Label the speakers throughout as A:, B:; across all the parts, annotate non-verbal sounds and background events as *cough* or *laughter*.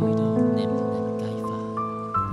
A: 开到能能开发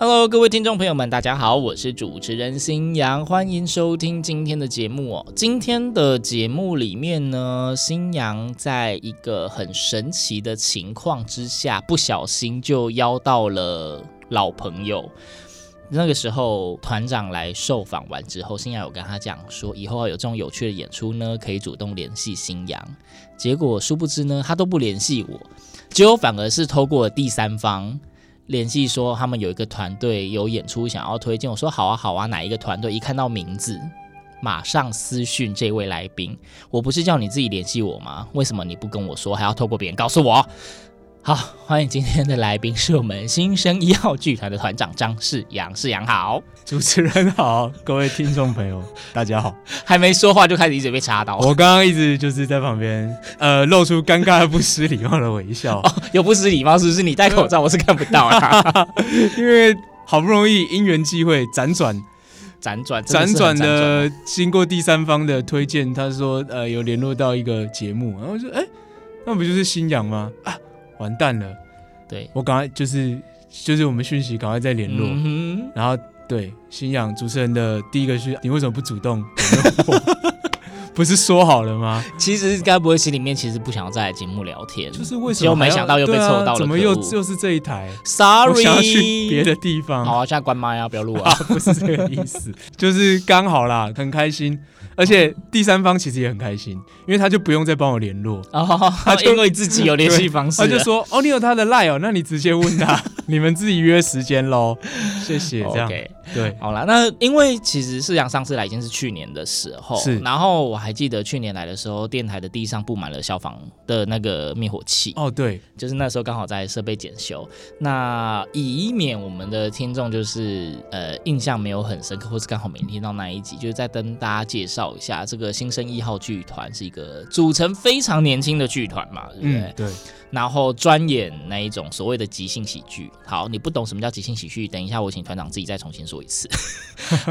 B: Hello，各位听众朋友们，大家好，我是主持人新阳，欢迎收听今天的节目哦。今天的节目里面呢，新阳在一个很神奇的情况之下，不小心就邀到了老朋友。那个时候，团长来受访完之后，新阳有跟他讲说，以后有这种有趣的演出呢，可以主动联系新阳。结果殊不知呢，他都不联系我，结果反而是透过第三方联系说他们有一个团队有演出想要推荐，我说好啊好啊，哪一个团队？一看到名字，马上私讯这位来宾，我不是叫你自己联系我吗？为什么你不跟我说，还要透过别人告诉我？好，欢迎今天的来宾是我们新生一号剧团的团长张世阳，世阳好，
C: 主持人好，各位听众朋友，大家好。
B: *laughs* 还没说话就开始一直被插刀，
C: 我刚刚一直就是在旁边，呃，露出尴尬而不失礼貌的微笑，
B: 有不失礼貌是不是？你戴口
C: 呃
B: 罩我是看不
C: *laughs*
B: 到啊，
C: 因为好不容易因缘际会，辗转
B: 辗转啊真是
C: 辗
B: 很
C: 转的经过第三方的推荐，他说呃有联络到一个节目，然后我说哎、那不就是新阳吗？啊，完蛋了，
B: 对
C: 我赶快就是就是我们讯息赶快再联络，
B: 嗯哼
C: 然后对新阳主持人的第一个是你为什么不主动联络我？ *laughs* 不是说好了吗？
B: 其实该不会心里面其实不想要再来节目聊天，
C: 就是为什
B: 结
C: 么
B: 果
C: 还
B: 没
C: 要
B: 想到又被
C: 对啊
B: 凑到了
C: 怎么又
B: 可恶
C: 又是这一台？我
B: ？Sorry，
C: 想要去别的地方，
B: 好、啊，现在关麦啊，不要录
C: 啊
B: 啊。，
C: *laughs* 不是这个意思，就是刚好啦，很开心，而且第三方其实也很开心，因为他就不用再帮我联络，
B: *laughs* 哦，他
C: 啊就
B: 因为自己有联系方式啊
C: 他
B: 了，
C: 就说哦，你有他的 line 哦，那你直接问他， *laughs* 你们自己约时间喽，谢谢，这样
B: OK，
C: 对，
B: 好啦，那因为其实世阳上次来已经是去年的时候，
C: 是
B: 然后我还记得去年来的时候，电台的地上布满了消防的那个灭火器，
C: 哦对，
B: 就是那时候刚好在设备检修，那以免我们的听众就是呃印象没有很深刻，或是刚好没听到那一集，就是再跟大家介绍一下，这个新生一号剧团是一个组成非常年轻的剧团嘛，对不对？
C: 嗯对，
B: 然后专演那一种所谓的即兴喜剧。好，你不懂什么叫即兴喜剧，等一下我请团长自己再重新说一次。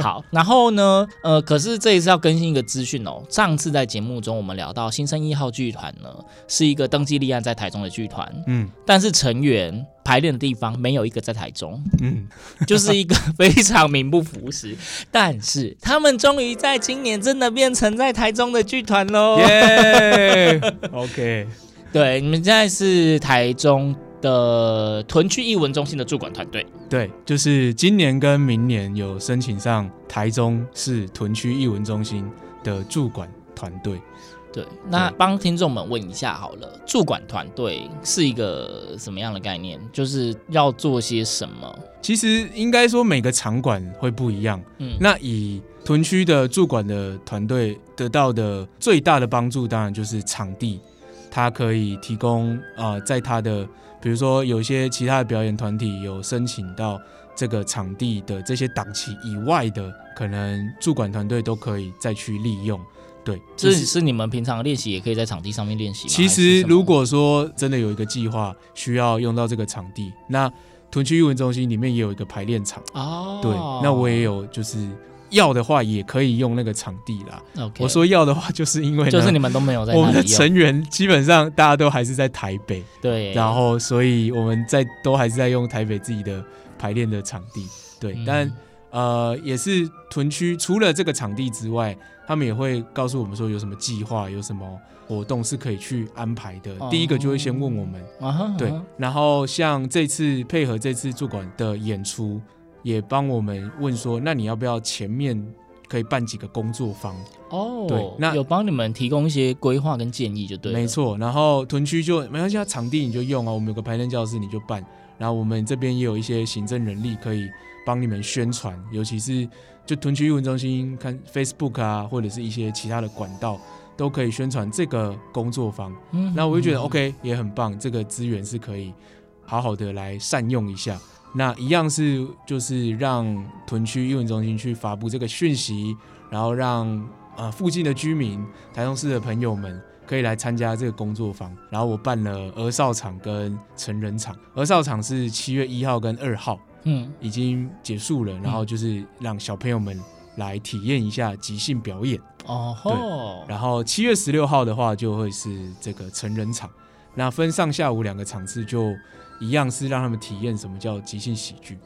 B: 好，然后呢，呃，可是这一次要更新一个资讯哦。上次在节目中我们聊到新生一号剧团呢，是一个登记立案在台中的剧团，
C: 嗯
B: 但是成员排练的地方没有一个在台中，
C: 嗯，
B: *laughs* 就是一个非常名不符实。但是他们终于在今年真的变成在台中的剧团喽。
C: 耶，OK，
B: 对，你们现在是台中的屯区艺文中心的驻管团队。
C: 对，就是今年跟明年有申请上台中市屯区艺文中心的驻管团队。
B: 对，那帮听众们问一下好了，驻管团队是一个什么样的概念？就是要做些什么？
C: 其实应该说每个场馆会不一样。
B: 嗯
C: 那以屯区的驻管的团队得到的最大的帮助，当然就是场地，它可以提供啊、呃在它的比如说有一些其他的表演团体有申请到这个场地的这些档期以外的，可能驻管团队都可以再去利用。对，
B: 这
C: 这
B: 只是你们平常练习，也可以在场地上面练习吗。
C: 其
B: 还是
C: 实，
B: 什么
C: 如果说真的有一个计划需要用到这个场地，那屯区艺文中心里面也有一个排练场，
B: 哦，
C: 对，那我也有就是要的话也可以用那个场地啦。
B: OK，
C: 我说要的话，就是因为呢
B: 就是你们都没有在
C: 我
B: 那
C: 们的
B: 里用，
C: 成员基本上大家都还是在台北，
B: 对，
C: 然后所以我们在都还是在用台北自己的排练的场地，对，
B: 嗯
C: 但呃也是屯区除了这个场地之外，他们也会告诉我们说有什么计划，有什么活动是可以去安排的。
B: 哦
C: 第一个就会先问我们，
B: 啊哈
C: 对
B: 啊哈，
C: 然后像这次配合这次驻馆的演出，也帮我们问说，那你要不要前面可以办几个工作坊，
B: 哦，
C: 对那
B: 有帮你们提供一些规划跟建议就对了。
C: 没，错。然后屯区就没关系，啊，场地你就用啊，我们有个排练教室你就办。然后我们这边也有一些行政人力可以帮你们宣传，尤其是就屯区艺文中心看 Facebook 啊，或者是一些其他的管道都可以宣传这个工作坊。
B: 嗯
C: 那我就觉得 OK 也很棒，这个资源是可以好好的来善用一下。那一样是就是让屯区英文中心去发布这个讯息，然后让啊、呃附近的居民、台中市的朋友们可以来参加这个工作坊。然后我办了儿少场跟成人场，儿少场是七月一号跟二号
B: 嗯，
C: 已经结束了，然后就是让小朋友们来体验一下即兴表演。
B: 哦吼，
C: 然后七月十六号的话，就会是这个成人场，那分上下午两个场次，就一样是让他们体验什么叫即兴喜剧。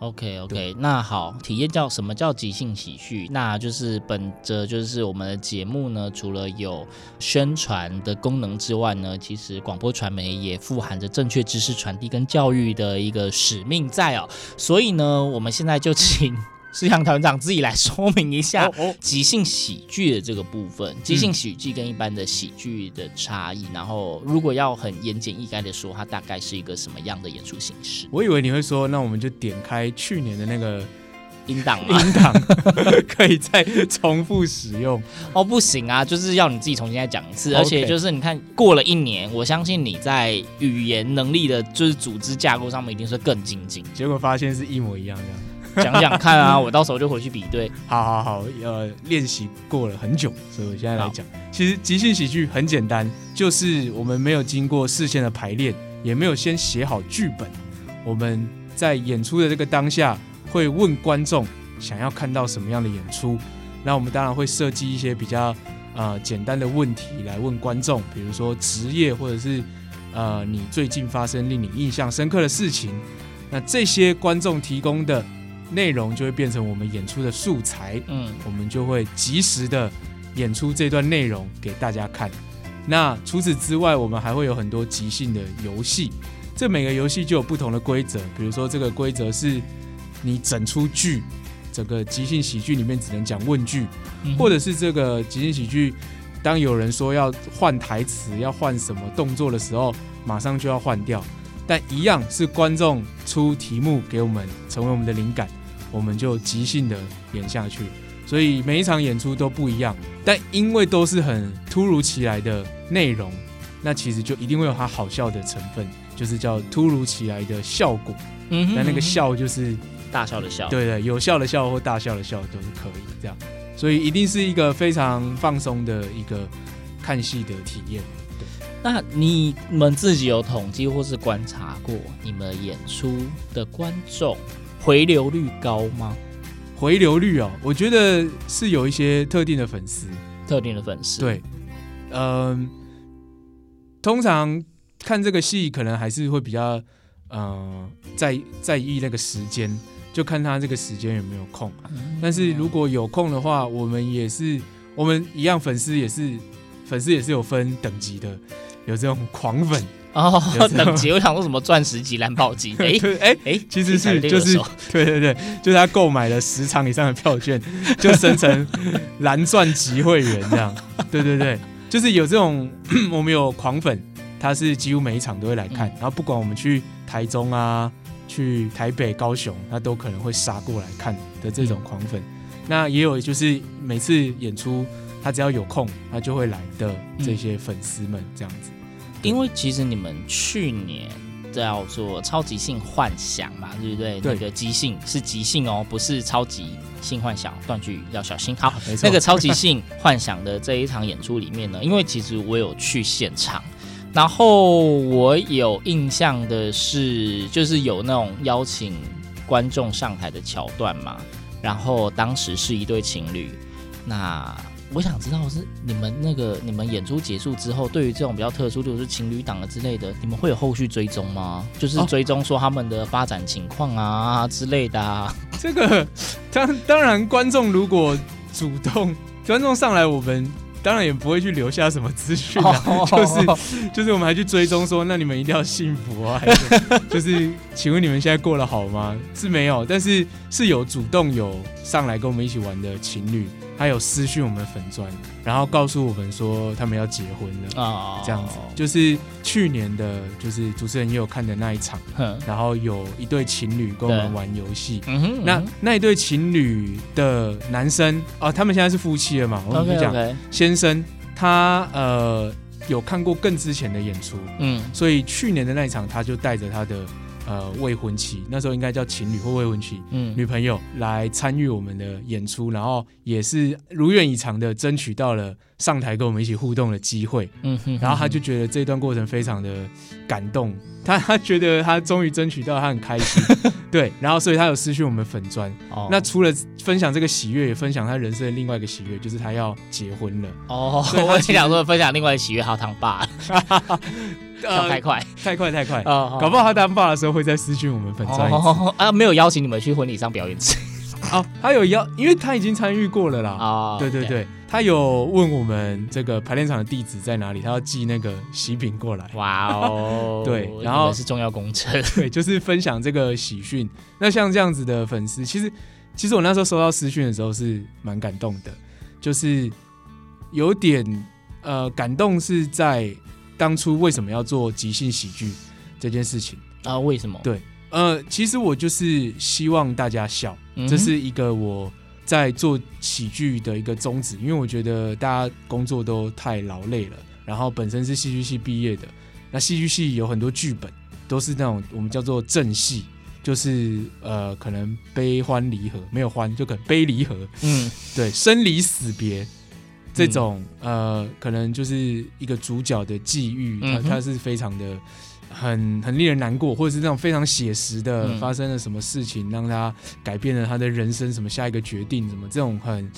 B: OK OK，那好，体验叫什么叫即兴喜剧？那就是本着就是我们的节目呢，除了有宣传的功能之外呢，其实广播传媒也富含着正确知识传递跟教育的一个使命在哦。所以呢，我们现在就请 *laughs* 思阳团长自己来说明一下
C: 哦，
B: 即兴喜剧的这个部分，即兴喜剧跟一般的喜剧的差异，然后如果要很言简意赅的说，它大概是一个什么样的演出形式？
C: 我以为你会说，那我们就点开去年的那个
B: 音档
C: *laughs*
B: 吗？
C: 音档，可以再重复使用。
B: 哦，不行啊，就是要你自己重新再讲一次，
C: OK
B: 而且就是你看过了一年，我相信你在语言能力的，就是组织架构上面一定是更精进。
C: 结果发现是一模一样的。
B: 讲讲看 *laughs* 啊，我到时候就回去比对。
C: 好好好，呃，练习过了很久，所以我现在来讲，其实即兴喜剧很简单，就是我们没有经过事先的排练，也没有先写好剧本，我们在演出的这个当下会问观众想要看到什么样的演出，那我们当然会设计一些比较呃简单的问题来问观众，比如说职业或者是呃你最近发生令你印象深刻的事情，那这些观众提供的内容就会变成我们演出的素材，
B: 嗯，
C: 我们就会及时的演出这段内容给大家看。那除此之外，我们还会有很多即兴的游戏，这每个游戏就有不同的规则，比如说这个规则是你整出剧。整个即兴喜剧里面只能讲问句，
B: 嗯
C: 或者是这个即兴喜剧，当有人说要换台词、要换什么动作的时候，马上就要换掉。但一样是观众出题目给我们，成为我们的灵感，我们就即兴的演下去。所以每一场演出都不一样，但因为都是很突如其来的内容，那其实就一定会有它好笑的成分，就是叫突如其来的效果。
B: 嗯哦哼
C: 那那个笑就是
B: 大笑的笑，，
C: 对对，有笑的笑或大笑的笑都是可以这样，所以一定是一个非常放松的一个看戏的体验。
B: 那你们自己有统计或是观察过你们演出的观众回流率高吗？
C: 回流率哦，我觉得是有一些特定的粉丝，
B: 特定的粉丝，，
C: 对，嗯、通常看这个戏可能还是会比较，呃，在在意那个时间，就看他这个时间有没有空。但是如果有空的话，我们也是，我们一样粉丝也是，粉丝也是有分等级的，有这种狂粉，
B: *laughs* 哦
C: 有，时候
B: 等级我想说什么钻石级、蓝宝 *laughs* 级，
C: *laughs*
B: 诶
C: 对，哎。
B: 诶，
C: 其实是
B: 听起来有点
C: 就
B: 耳
C: 是
B: 熟
C: *laughs* 对对对，就是他购买了十场以上的票
B: *laughs*
C: 券，就生成蓝钻级会员这样。对对对，就是有这种 *clears throat* 我们有狂粉，他是几乎每一场都会来
B: 嗯
C: 看，然后不管我们去台中啊、去台北、高雄，他都可能会杀过来看的这种狂粉。
B: 嗯
C: 那也有就是每次演出，他只要有空，他就会来的
B: 嗯
C: 这些粉丝们这样子。
B: 因为其实你们去年叫做超级性幻想嘛，对不对？
C: 对
B: 那个即兴是即兴哦，不是超级性幻想，断句要小心。好，
C: 没错
B: 那个超级性幻想的这一场演出里面呢，因为其实我有去现场。然后我有印象的是，就是有那种邀请观众上台的桥段嘛。然后当时是一对情侣，那我想知道是你们那个你们演出结束之后，对于这种比较特殊，例如是情侣档的之类的，你们会有后续追踪吗？就是
C: 哦
B: 追踪说他们的发展情况啊之类的啊。
C: 这个当当然，观众如果主动，观众上来我们当然也不会去留下什么资讯啊，
D: 哦
C: *laughs* 就是就是我们还去追踪说，那你们一定要幸福啊，还是就是请问你们现在过得好吗？是没有，但是是有主动有上来跟我们一起玩的情侣，他有私讯我们粉砖，然后告诉我们说他们要结婚了。
B: 啊
C: 这样子，就是去年的，就是主持人也有看的那一场，
B: 哼
C: 然后有一对情侣跟我们
B: 对
C: 玩游戏，
B: 嗯哼，
C: 那那一对情侣的男生啊、他们现在是夫妻了嘛？我们就
B: OK
C: 讲
B: OK，
C: 先生，他呃有看过更之前的演出，
B: 嗯
C: 所以去年的那一场，他就带着他的呃未婚妻，那时候应该叫情侣或未婚妻
B: 嗯
C: 女朋友来参与我们的演出，然后也是如愿以偿的争取到了上台跟我们一起互动的机会。
B: 嗯哼，
C: 然后他就觉得这段过程非常的感动，他他觉得他终于争取到，他很开心，
B: *laughs*
C: 对，然后所以他有私讯我们粉砖。
B: 哦
C: 那除了分享这个喜悦，也分享他人生的另外一个喜悦，就是他要结婚了。
B: 哦，
C: 所以他
B: *laughs* 我也
C: 其实
B: 想说分享另外喜悦好糖爸，跳太快
C: 太快太快，哦
B: 啊
C: 呃搞不好他当爸的时候会再私讯我们粉砖一次。
B: 哦啊，没有邀请你们去婚礼上表演之
C: 哦，他有邀，因为他已经参与过了啦。
B: 啊，
C: 对哦对，对，他有问我们这个排练场的地址在哪里，他要寄那个喜饼过来。
B: 哇哦，
C: 对
B: 你
C: 然后
B: 们是重要工程，
C: 对，就是分享这个喜讯。那像这样子的粉丝，其实其实我那时候收到私讯的时候是蛮感动的，就是有点呃感动是在当初为什么要做即兴喜剧这件事情。
B: 啊，为什么？
C: 对呃，其实我就是希望大家笑，
B: 嗯哼
C: 这是一个我在做喜剧的一个宗旨，因为我觉得大家工作都太劳累了，然后本身是戏剧系毕业的，那戏剧系有很多剧本都是那种我们叫做正戏，就是呃可能悲欢离合，没有欢就可能悲离合，
B: 嗯
C: 对，生离死别这种、呃，可能就是一个主角的际遇，它
B: 嗯哼
C: 它是非常的很很令人难过，或者是那种非常写实的，
B: 嗯
C: 发生了什么事情让他改变了他的人生，什么下一个决定，什么这种很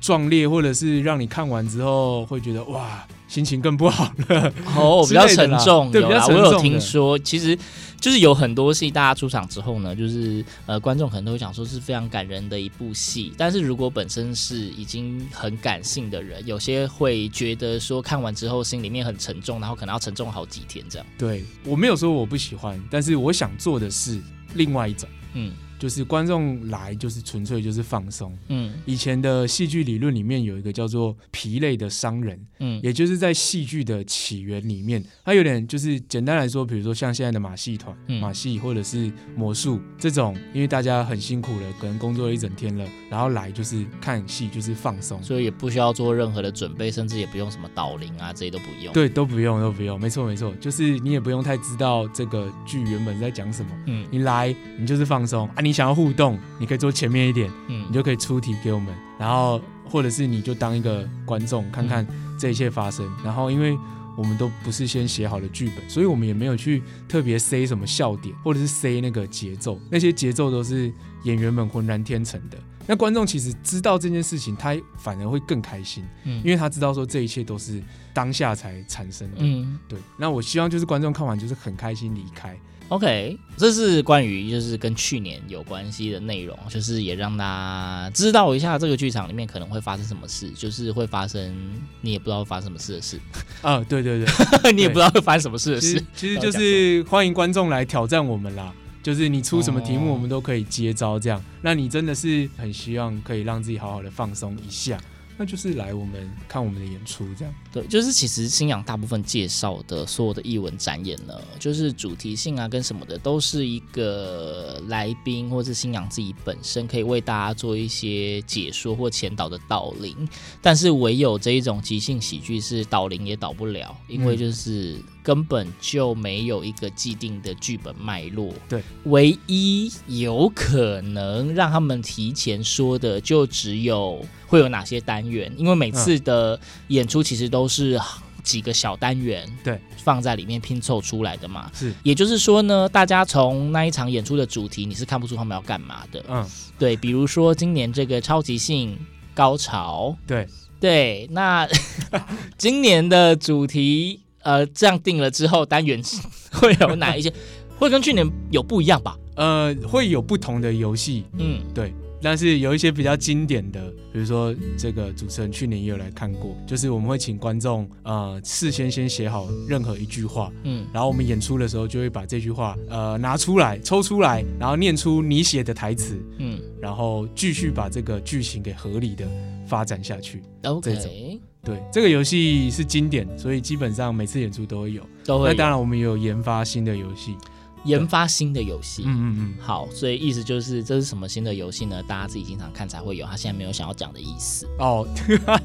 C: 壮烈，或者是让你看完之后会觉得哇，心情更不好
B: *laughs*
C: 了。
B: 哦，比
C: 之
B: 较
C: 类的
B: 沉
C: 啦
B: 重，
C: 对
B: 有
C: 比较
B: 啦
C: 沉
B: 我有
C: 重
B: 听
C: 的
B: 说，其实就是有很多戏，大家出场之后呢，就是呃，观众可能都会想说是非常感人的一部戏，但是如果本身是已经很感性的人，有些会觉得说看完之后心里面很沉重，然后可能要沉重好几天这样。
C: 对我没有说我不喜欢，但是我想做的是另外一种，
B: 嗯
C: 就是观众来就是纯粹就是放松。
B: 嗯
C: 以前的戏剧理论里面有一个叫做疲累的商人，
B: 嗯
C: 也就是在戏剧的起源里面，它有点就是简单来说，比如说像现在的马戏团、
B: 嗯
C: 马戏或者是魔术这种，因为大家很辛苦了，可能工作了一整天了，然后来就是看戏，就是放松。
B: 所以也不需要做任何的准备，甚至也不用什么导灵啊，这些都不用。，
C: 对，都不用，都不用，没错，没错，就是你也不用太知道这个剧原本在讲什么，
B: 嗯
C: 你来你就是放松啊，你想要互动，你可以坐前面一点，你
B: 嗯
C: 就可以出题给我们，然后或者是你就当一个观众看看
B: 嗯
C: 这一切发生。然后因为我们都不是先写好的剧本，所以我们也没有去特别塞什么笑点，或者是塞那个节奏，那些节奏都是演员们浑然天成的。那观众其实知道这件事情，他反而会更开心，
B: 嗯
C: 因为他知道说这一切都是当下才产生的。
B: 嗯。
C: 对，那我希望就是观众看完就是很开心离开。
B: OK，这是关于就是跟去年有关系的内容，就是也让大家知道一下这个剧场里面可能会发生什么事，就是会发生你也不知道会发生什么事的事，
C: 啊，对对对，
B: *laughs* 你也不知道会发生什么事的
C: 其
B: 事
C: 实。其实就是欢迎观众来挑战我们啦，就是你出什么题目，
B: 哦
C: 我们都可以接招这样。那你真的是很希望可以让自己好好的放松一下，那就是来我们看我们的演出这样。
B: 对，就是其实新阳大部分介绍的所有的艺文展演呢，就是主题性啊跟什么的，都是一个来宾或是新阳自己本身可以为大家做一些解说或前导的导灵。但是唯有这一种即兴喜剧是导灵也导不了，因为
C: 嗯
B: 就是根本就没有一个既定的剧本脉络。
C: 对，
B: 唯一有可能让他们提前说的，就只有会有哪些单元，因为
C: 嗯
B: 每次的演出其实都是几个小单元，
C: 对，
B: 放在里面拼凑出来的嘛。
C: 是，
B: 也就是说呢，大家从那一场演出的主题，你是看不出他们要干嘛的。
C: 嗯，
B: 对，比如说今年这个超级性高潮，
C: 对，
B: 对，那 *laughs* 今年的主题呃，这样定了之后，单元是会有 *laughs* 哪一些？会跟去年有不一样吧？
C: 呃，会有不同的游戏，
B: 嗯，
C: 对，但是有一些比较经典的，比如说这个主持人去年也有来看过，就是我们会请观众呃事先先写好任何一句话，
B: 嗯，
C: 然后我们演出的时候就会把这句话呃拿出来抽出来，然后念出你写的台词，
B: 嗯
C: 然后继续把这个剧情给合理的发展下去。嗯这
B: ，OK，
C: 对，这个游戏是经典，所以基本上每次演出都会有。
B: 都
C: 那
B: 会
C: 当然，我们也有研发新的游戏。
B: 研发新的游戏。
C: 嗯嗯嗯，
B: 好，所以意思就是这是什么新的游戏呢？大家自己经常看才会有，他现在没有想要讲的意思。
C: 哦， *laughs*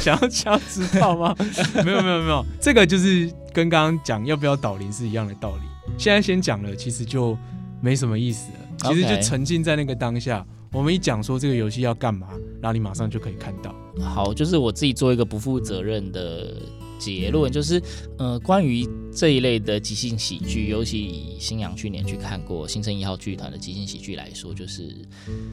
C: 想要想要知道
B: *laughs*
C: 吗？没有没有没有，这个就是跟刚刚讲要不要导铃是一样的道理。现在先讲了，其实就没什么意思了，其实
B: OK
C: 就沉浸在那个当下。我们一讲说这个游戏要干嘛，然后你马上就可以看到。
B: 好，就是我自己做一个不负责任的结论，就是呃，关于这一类的即兴喜剧，尤其以新阳去年去看过新生一号剧团的即兴喜剧来说，就是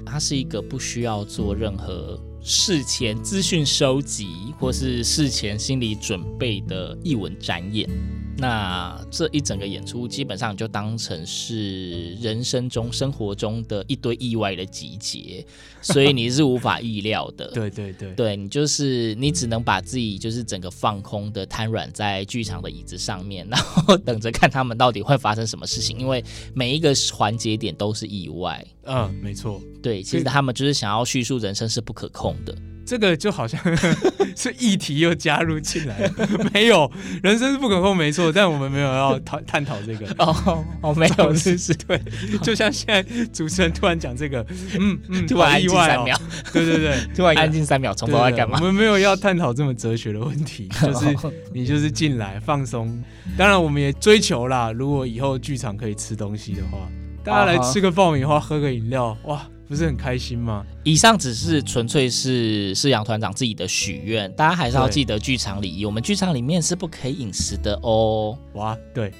B: 它是一个不需要做任何事前资讯收集或是事前心理准备的艺文展演。那这一整个演出基本上你就当成是人生中、生活中的一堆意外的集结，所以你是无法意料的。
C: 对对对，
B: 对你就是你只能把自己就是整个放空的瘫软在剧场的椅子上面，然后 *laughs* 等着看他们到底会发生什么事情，因为每一个环节点都是意外。
C: 嗯，没错。
B: 对，其实他们就是想要叙述人生是不可控的。
C: 这个就好像 *laughs* 是议题又加入进
B: *laughs*
C: 来了，没有人生是不可控，没错，但我们没有要讨探讨这个。
B: 哦，哦，没
C: *laughs*
B: 有，
C: 是是，对，就像现在主持人突然讲这个，嗯嗯，
B: *laughs* 突然
C: 好
B: 安
C: 意
B: 静
C: 外
B: 三
C: 哦
B: 秒，，
C: 对对对，
B: 突然安静三秒，从
C: 对
B: 头在
C: 对
B: 干嘛哦
C: 我？们没有要探讨这么哲学的问
B: *laughs*
C: 题，就是你就是进来放松。当然，我们也追求啦，如果以后剧场可以吃东西的话，大家来
B: 啊哈
C: 吃个爆米花，喝个饮料，哇，不是很开心吗？
B: 以上只是纯粹是是杨团长自己的许愿，大家还是要
C: 对
B: 记得剧场礼仪，我们剧场里面是不可以饮食的
C: *laughs*
B: 哦。
C: 哇，对，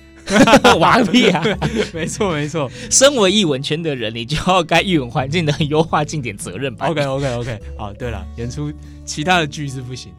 B: 完屁啊！
C: *laughs* 没错没错。
B: 身为艺文圈的人，你就要该艺文环境的优化尽点责任吧。
C: OK OK OK，好，对了，演出其他的剧是不行，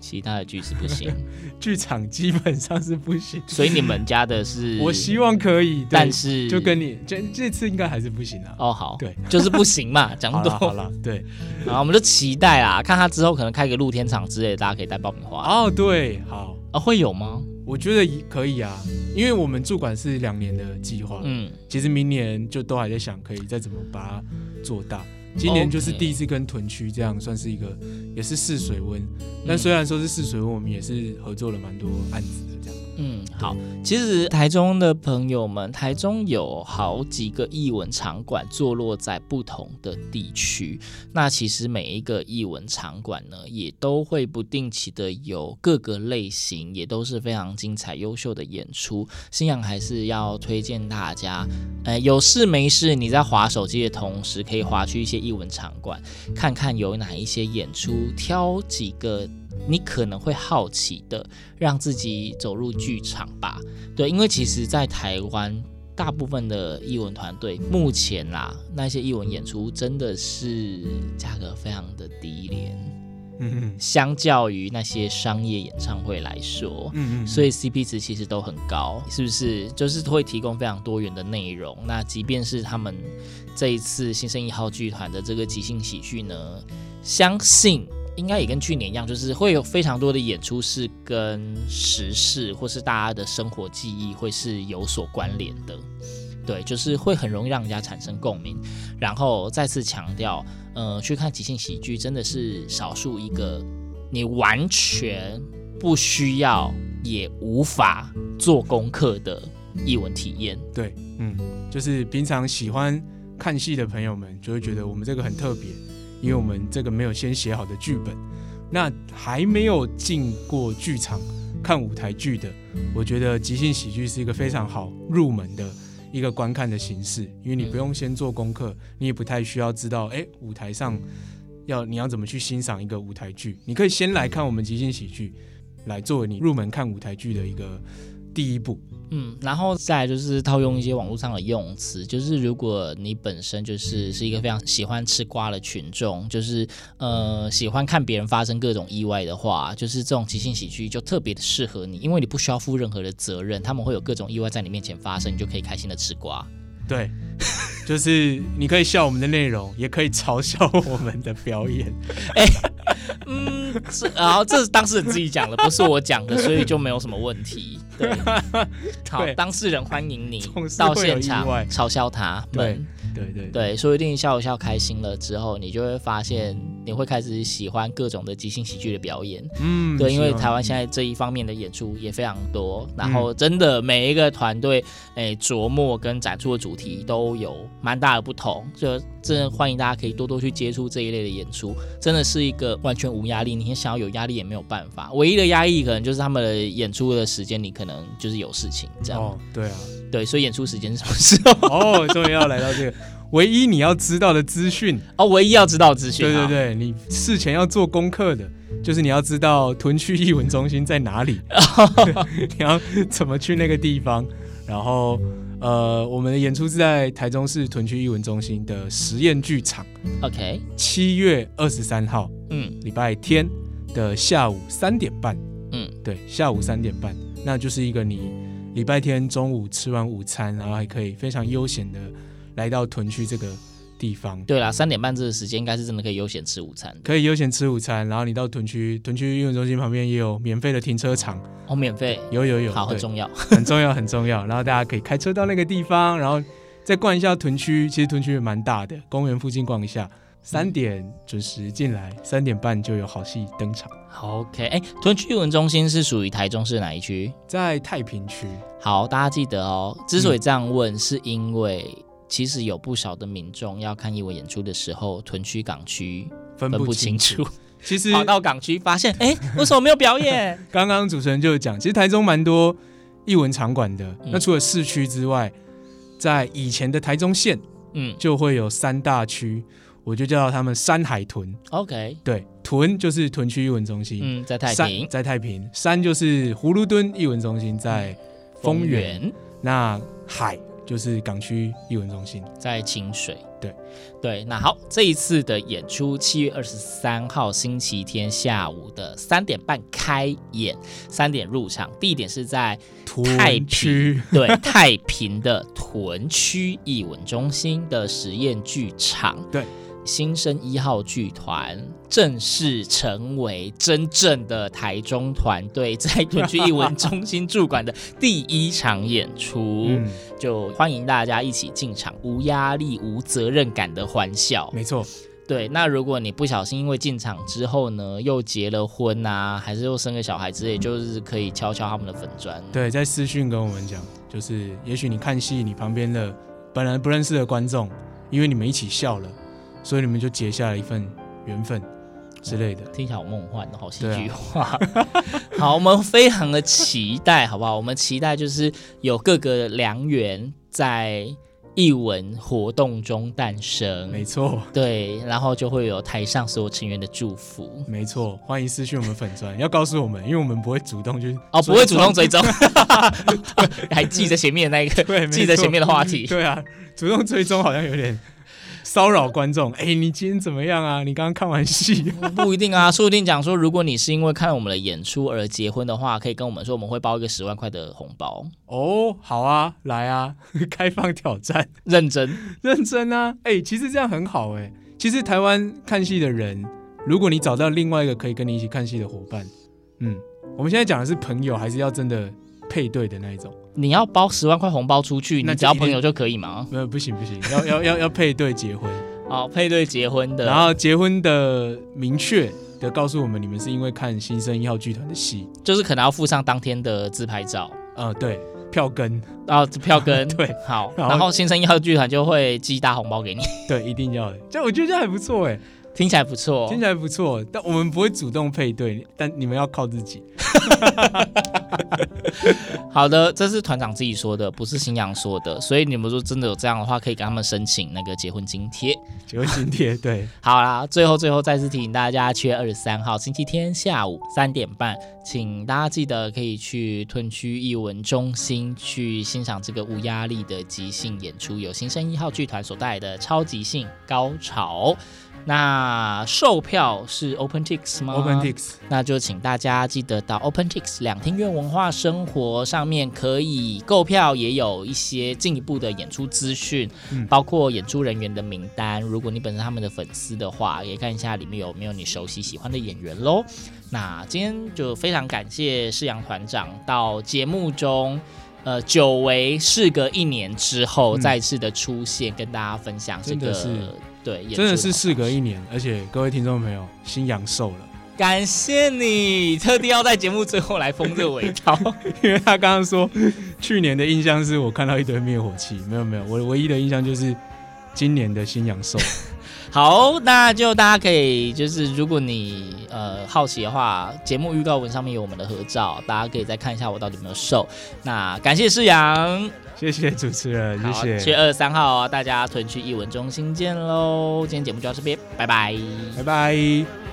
B: 其他的剧是不行，
C: *laughs* 剧场基本上是不行。
B: 所以你们家的是，
C: 我希望可以，对
B: 但是
C: 就跟你这这次应该还是不行啊。
B: 哦好，
C: 对，
B: 就是不行
C: *laughs*
B: 嘛，讲
C: 好
B: 不
C: 了好
B: 多。
C: 了，对，
B: 然后我们就期待啦，看他之后可能开个露天场之类的，大家可以带爆米花
C: 哦对，好，
B: 啊，会有吗？
C: 我觉得可以啊，因为我们驻馆是两年的计划，
B: 嗯，
C: 其实明年就都还在想可以再怎么把它做大。今年就是
B: OK
C: 第一次跟屯区这样算是一个，也是试水温。但虽然说是试水温，我们也是合作了蛮多案子的这样。
B: 嗯，好。其实台中的朋友们，台中有好几个艺文场馆坐落在不同的地区。那其实每一个艺文场馆呢，也都会不定期的有各个类型，也都是非常精彩、优秀的演出。新阳还是要推荐大家，呃，有事没事你在划手机的同时，可以划去一些艺文场馆，看看有哪一些演出，挑几个你可能会好奇的，让自己走入剧场吧。对，因为其实，在台湾。大部分的艺文团队目前啦，那些艺文演出真的是价格非常的低廉，
C: 嗯嗯
B: 相较于那些商业演唱会来说，
C: 嗯嗯，
B: 所以 CP 值其实都很高，是不是？就是会提供非常多元的内容。那即便是他们这一次新生一号剧团的这个即兴喜剧呢，相信应该也跟去年一样，就是会有非常多的演出是跟时事或是大家的生活记忆会是有所关联的。对，就是会很容易让人家产生共鸣。然后再次强调，呃，去看即兴喜剧真的是少数一个你完全不需要也无法做功课的译文体验。
C: 对，嗯，就是平常喜欢看戏的朋友们就会觉得我们这个很特别，因为我们这个没有先写好的剧本。那还没有进过剧场看舞台剧的，我觉得即兴喜剧是一个非常好入门的一个观看的形式，因为你不用先做功课，你也不太需要知道，哎，舞台上要你要怎么去欣赏一个舞台剧，你可以先来看我们即兴喜剧，来作为你入门看舞台剧的一个第一步。
B: 嗯，然后再来就是套用一些网络上的用词，就是如果你本身就是是一个非常喜欢吃瓜的群众，就是呃喜欢看别人发生各种意外的话，就是这种即兴喜剧就特别的适合你，因为你不需要负任何的责任，他们会有各种意外在你面前发生，你就可以开心的吃瓜。
C: 对， *laughs* 就是你可以笑我们的内容，也可以嘲笑我们的表演。
B: *laughs* 嗯，这然后这是当事人自己讲的，不是我讲的，所以就没有什么问题。
C: *laughs*
B: 对，好，
C: 对
B: 当事人欢迎你
C: 总是会
B: 到
C: 有
B: 现场
C: 意外
B: 嘲笑他
C: 对
B: 们，
C: 对对
B: 对，说不定笑一笑开心了之后，你就会发现你会开始喜欢各种的即兴喜剧的表演。
C: 嗯嗯
B: 对，因为
C: 希望
B: 台湾现在这一方面的演出也非常多，然后真的每一个团队
C: 嗯
B: 诶琢磨跟展出的主题都有蛮大的不同，就真的欢迎大家可以多多去接触这一类的演出，真的是一个完全无压力，你想要有压力也没有办法，唯一的压力可能就是他们的演出的时间，你可能就是有事情这样，
C: 哦，对啊，
B: 对，所以演出时间是什 *laughs* 么时候？
C: 哦，终于要来到这个唯一你要知道的资讯。
B: 哦，唯一要知道的资讯，
C: 对对，对，你事前要做功课的，就是你要知道屯区艺文中心在哪
B: *laughs*
C: 里， *laughs* 你要怎么去那个地方。然后，呃，我们的演出是在台中市屯区艺文中心的实验剧场，
B: ，OK，
C: 七月二十三号
B: 嗯
C: 礼拜天的下午三点半。
B: 嗯，
C: 对，下午三点半，那就是一个你礼拜天中午吃完午餐，然后还可以非常悠闲的来到屯区这个地方。
B: 对啦，三点半这个时间应该是真的可以悠闲吃午餐的，
C: 可以悠闲吃午餐，然后你到屯区，屯区运动中心旁边也有免费的停车场，
B: 哦，免费，
C: 有有有，
B: 好，很
C: 对
B: 重要，
C: 很重要，很重要。然后大家可以开车到那个地方，然后再逛一下屯区，其实屯区也蛮大的，公园附近逛一下。三点准时进来，三点半就有好戏登场，
B: 好 OK，哎，屯区艺文中心是属于台中市哪一区？
C: 在太平区。
B: 好，大家记得哦。之所以这样问，是因为其实有不少的民众要看艺文演出的时候，屯区、港区
C: 分
B: 不
C: 不清
B: 楚，
C: 楚。其实
B: *laughs* 跑到港区发现，哎，为什么没有表 *laughs* 演？
C: 刚刚主持人就有讲，其实台中蛮多艺文场馆的。
B: 嗯
C: 那除了市区之外，在以前的台中县
B: 嗯
C: 就会有三大区，我就叫他们山海屯。
B: ，OK，
C: 对，屯就是屯区艺文中心，
B: 嗯，在太
C: 山
B: 平、
C: 在太平，山就是葫芦墩艺文中心
B: 嗯
C: 在丰原，、那海就是港区艺文中心。
B: 在清水。
C: 对
B: 对，那好，这一次的演出七月二十三号星期天下午的三点半开演，三点入场，地点是在太
C: 屯
B: 平
C: 区
B: 对太平的屯区艺文中心的实验剧场，
C: 对
B: 新生一号剧团正式成为真正的台中团队在屯区艺文中心驻馆的第一场演出，
C: 嗯，
B: 就欢迎大家一起进场，无压力、无责任感的欢笑。
C: 没错，
B: 对，那如果你不小心因为进场之后呢，又结了婚啊，还是又生个小孩之类，就是可以敲敲他们的粉砖。
C: 对，在私讯跟我们讲，就是也许你看戏，你旁边的本来不认识的观众，因为你们一起笑了，所以你们就结下了一份缘分之类的。
B: 听起来好梦幻哦，好戏
C: 对啊
B: 剧化。 *laughs* 好，我们非常的期待，好不好？我们期待就是有各个良缘在艺文活动中诞
C: 没
B: 生，
C: 错，
B: 对，然后就会有台上所有成员的祝福。
C: 没错，欢迎私讯我们粉砖，要告诉我们，因为我们不会主动去
B: 哦，不会主动追
C: 追
B: 踪， *laughs* 还记在前面那一
C: 对
B: 个，
C: 没
B: 记在前面的话题。
C: 对啊，主动追踪好像有点骚扰观众。哎、你今天怎么样啊？你刚刚看完戏？ *laughs*
B: 不一定啊，说不定讲说，如果你是因为看了我们的演出而结婚的话，可以跟我们说，我们会包一个十万块的红包，
C: 哦，好啊，来啊， *laughs* 开放挑战，
B: 认真。
C: *laughs* 认真啊！哎、其实这样很好哎、其实台湾看戏的人，如果你找到另外一个可以跟你一起看戏的伙伴，嗯，我们现在讲的是朋友，还是要真的配对的那一种？
B: 你要包十万块红包出去，
C: 那
B: 你
C: 就
B: 只要
C: 一定
B: 朋友就可以吗？
C: 没有，不行不行，要要要要配对结婚，
B: 哦，配对结婚的，
C: 然后结婚的明确的告诉我们，你们是因为看新生一号剧团的戏，
B: 就是可能要附上当天的自拍照，
C: 呃，对，票根。
B: 然后票根
C: *laughs* 对，
B: 好，
C: 然后
B: 然后新生一号剧团就会寄大红包给你， *laughs*
C: 对，一定要的。这样我觉得这样还不错哎，
B: 听起来不错哦
C: 听。起来不错。但我们不会主动配对，但你们要靠自己。
B: 好的，这是团长自己说的，不是新阳说的，所以你们说真的有这样的话，可以跟他们申请那个结婚津贴。
C: 结婚津贴，对，
B: 好啦，最后最后再次提醒大家，七月二十三号星期天下午三点半请大家记得可以去屯区艺文中心去欣赏这个无压力的即兴演出，由新生一号剧团所带来的超级性高潮。那售票是 OpenTix 吗
C: OpenTix
B: 那就请大家记得到 OpenTix 两厅院文化生活上面可以购票，也有一些进一步的演出资讯，
C: 嗯
B: 包括演出人员的名单。如果你本身他们的粉丝的话，也看一下里面有没有你熟悉喜欢的演员喽。那今天就非常感谢世阳团长到节目中。呃，久违事隔一年之后，
C: 嗯
B: 再次的出现，跟大家分享这
C: 真的
B: 个
C: 是
B: 对，演
C: 真的
B: 出
C: 是
B: 好
C: 事隔一年，而且各位听众朋友，新阳瘦了， *laughs*
B: 感谢你特地要在节目最后来封这个尾刀。
C: 因为他刚刚说去年的印象是我看到一堆灭火器，没有没有，我唯一的印象就是今年的新阳瘦。
B: 好，那就大家可以就是，如果你呃好奇的话，节目预告文上面有我们的合照，大家可以再看一下我到底有没有瘦。那感谢世阳，
C: 谢谢主持人，
B: 好，
C: 谢
B: 七月
C: 谢，
B: 二十三号大家屯区艺文中心见喽。今天节目就到这边，拜拜。
C: 拜拜。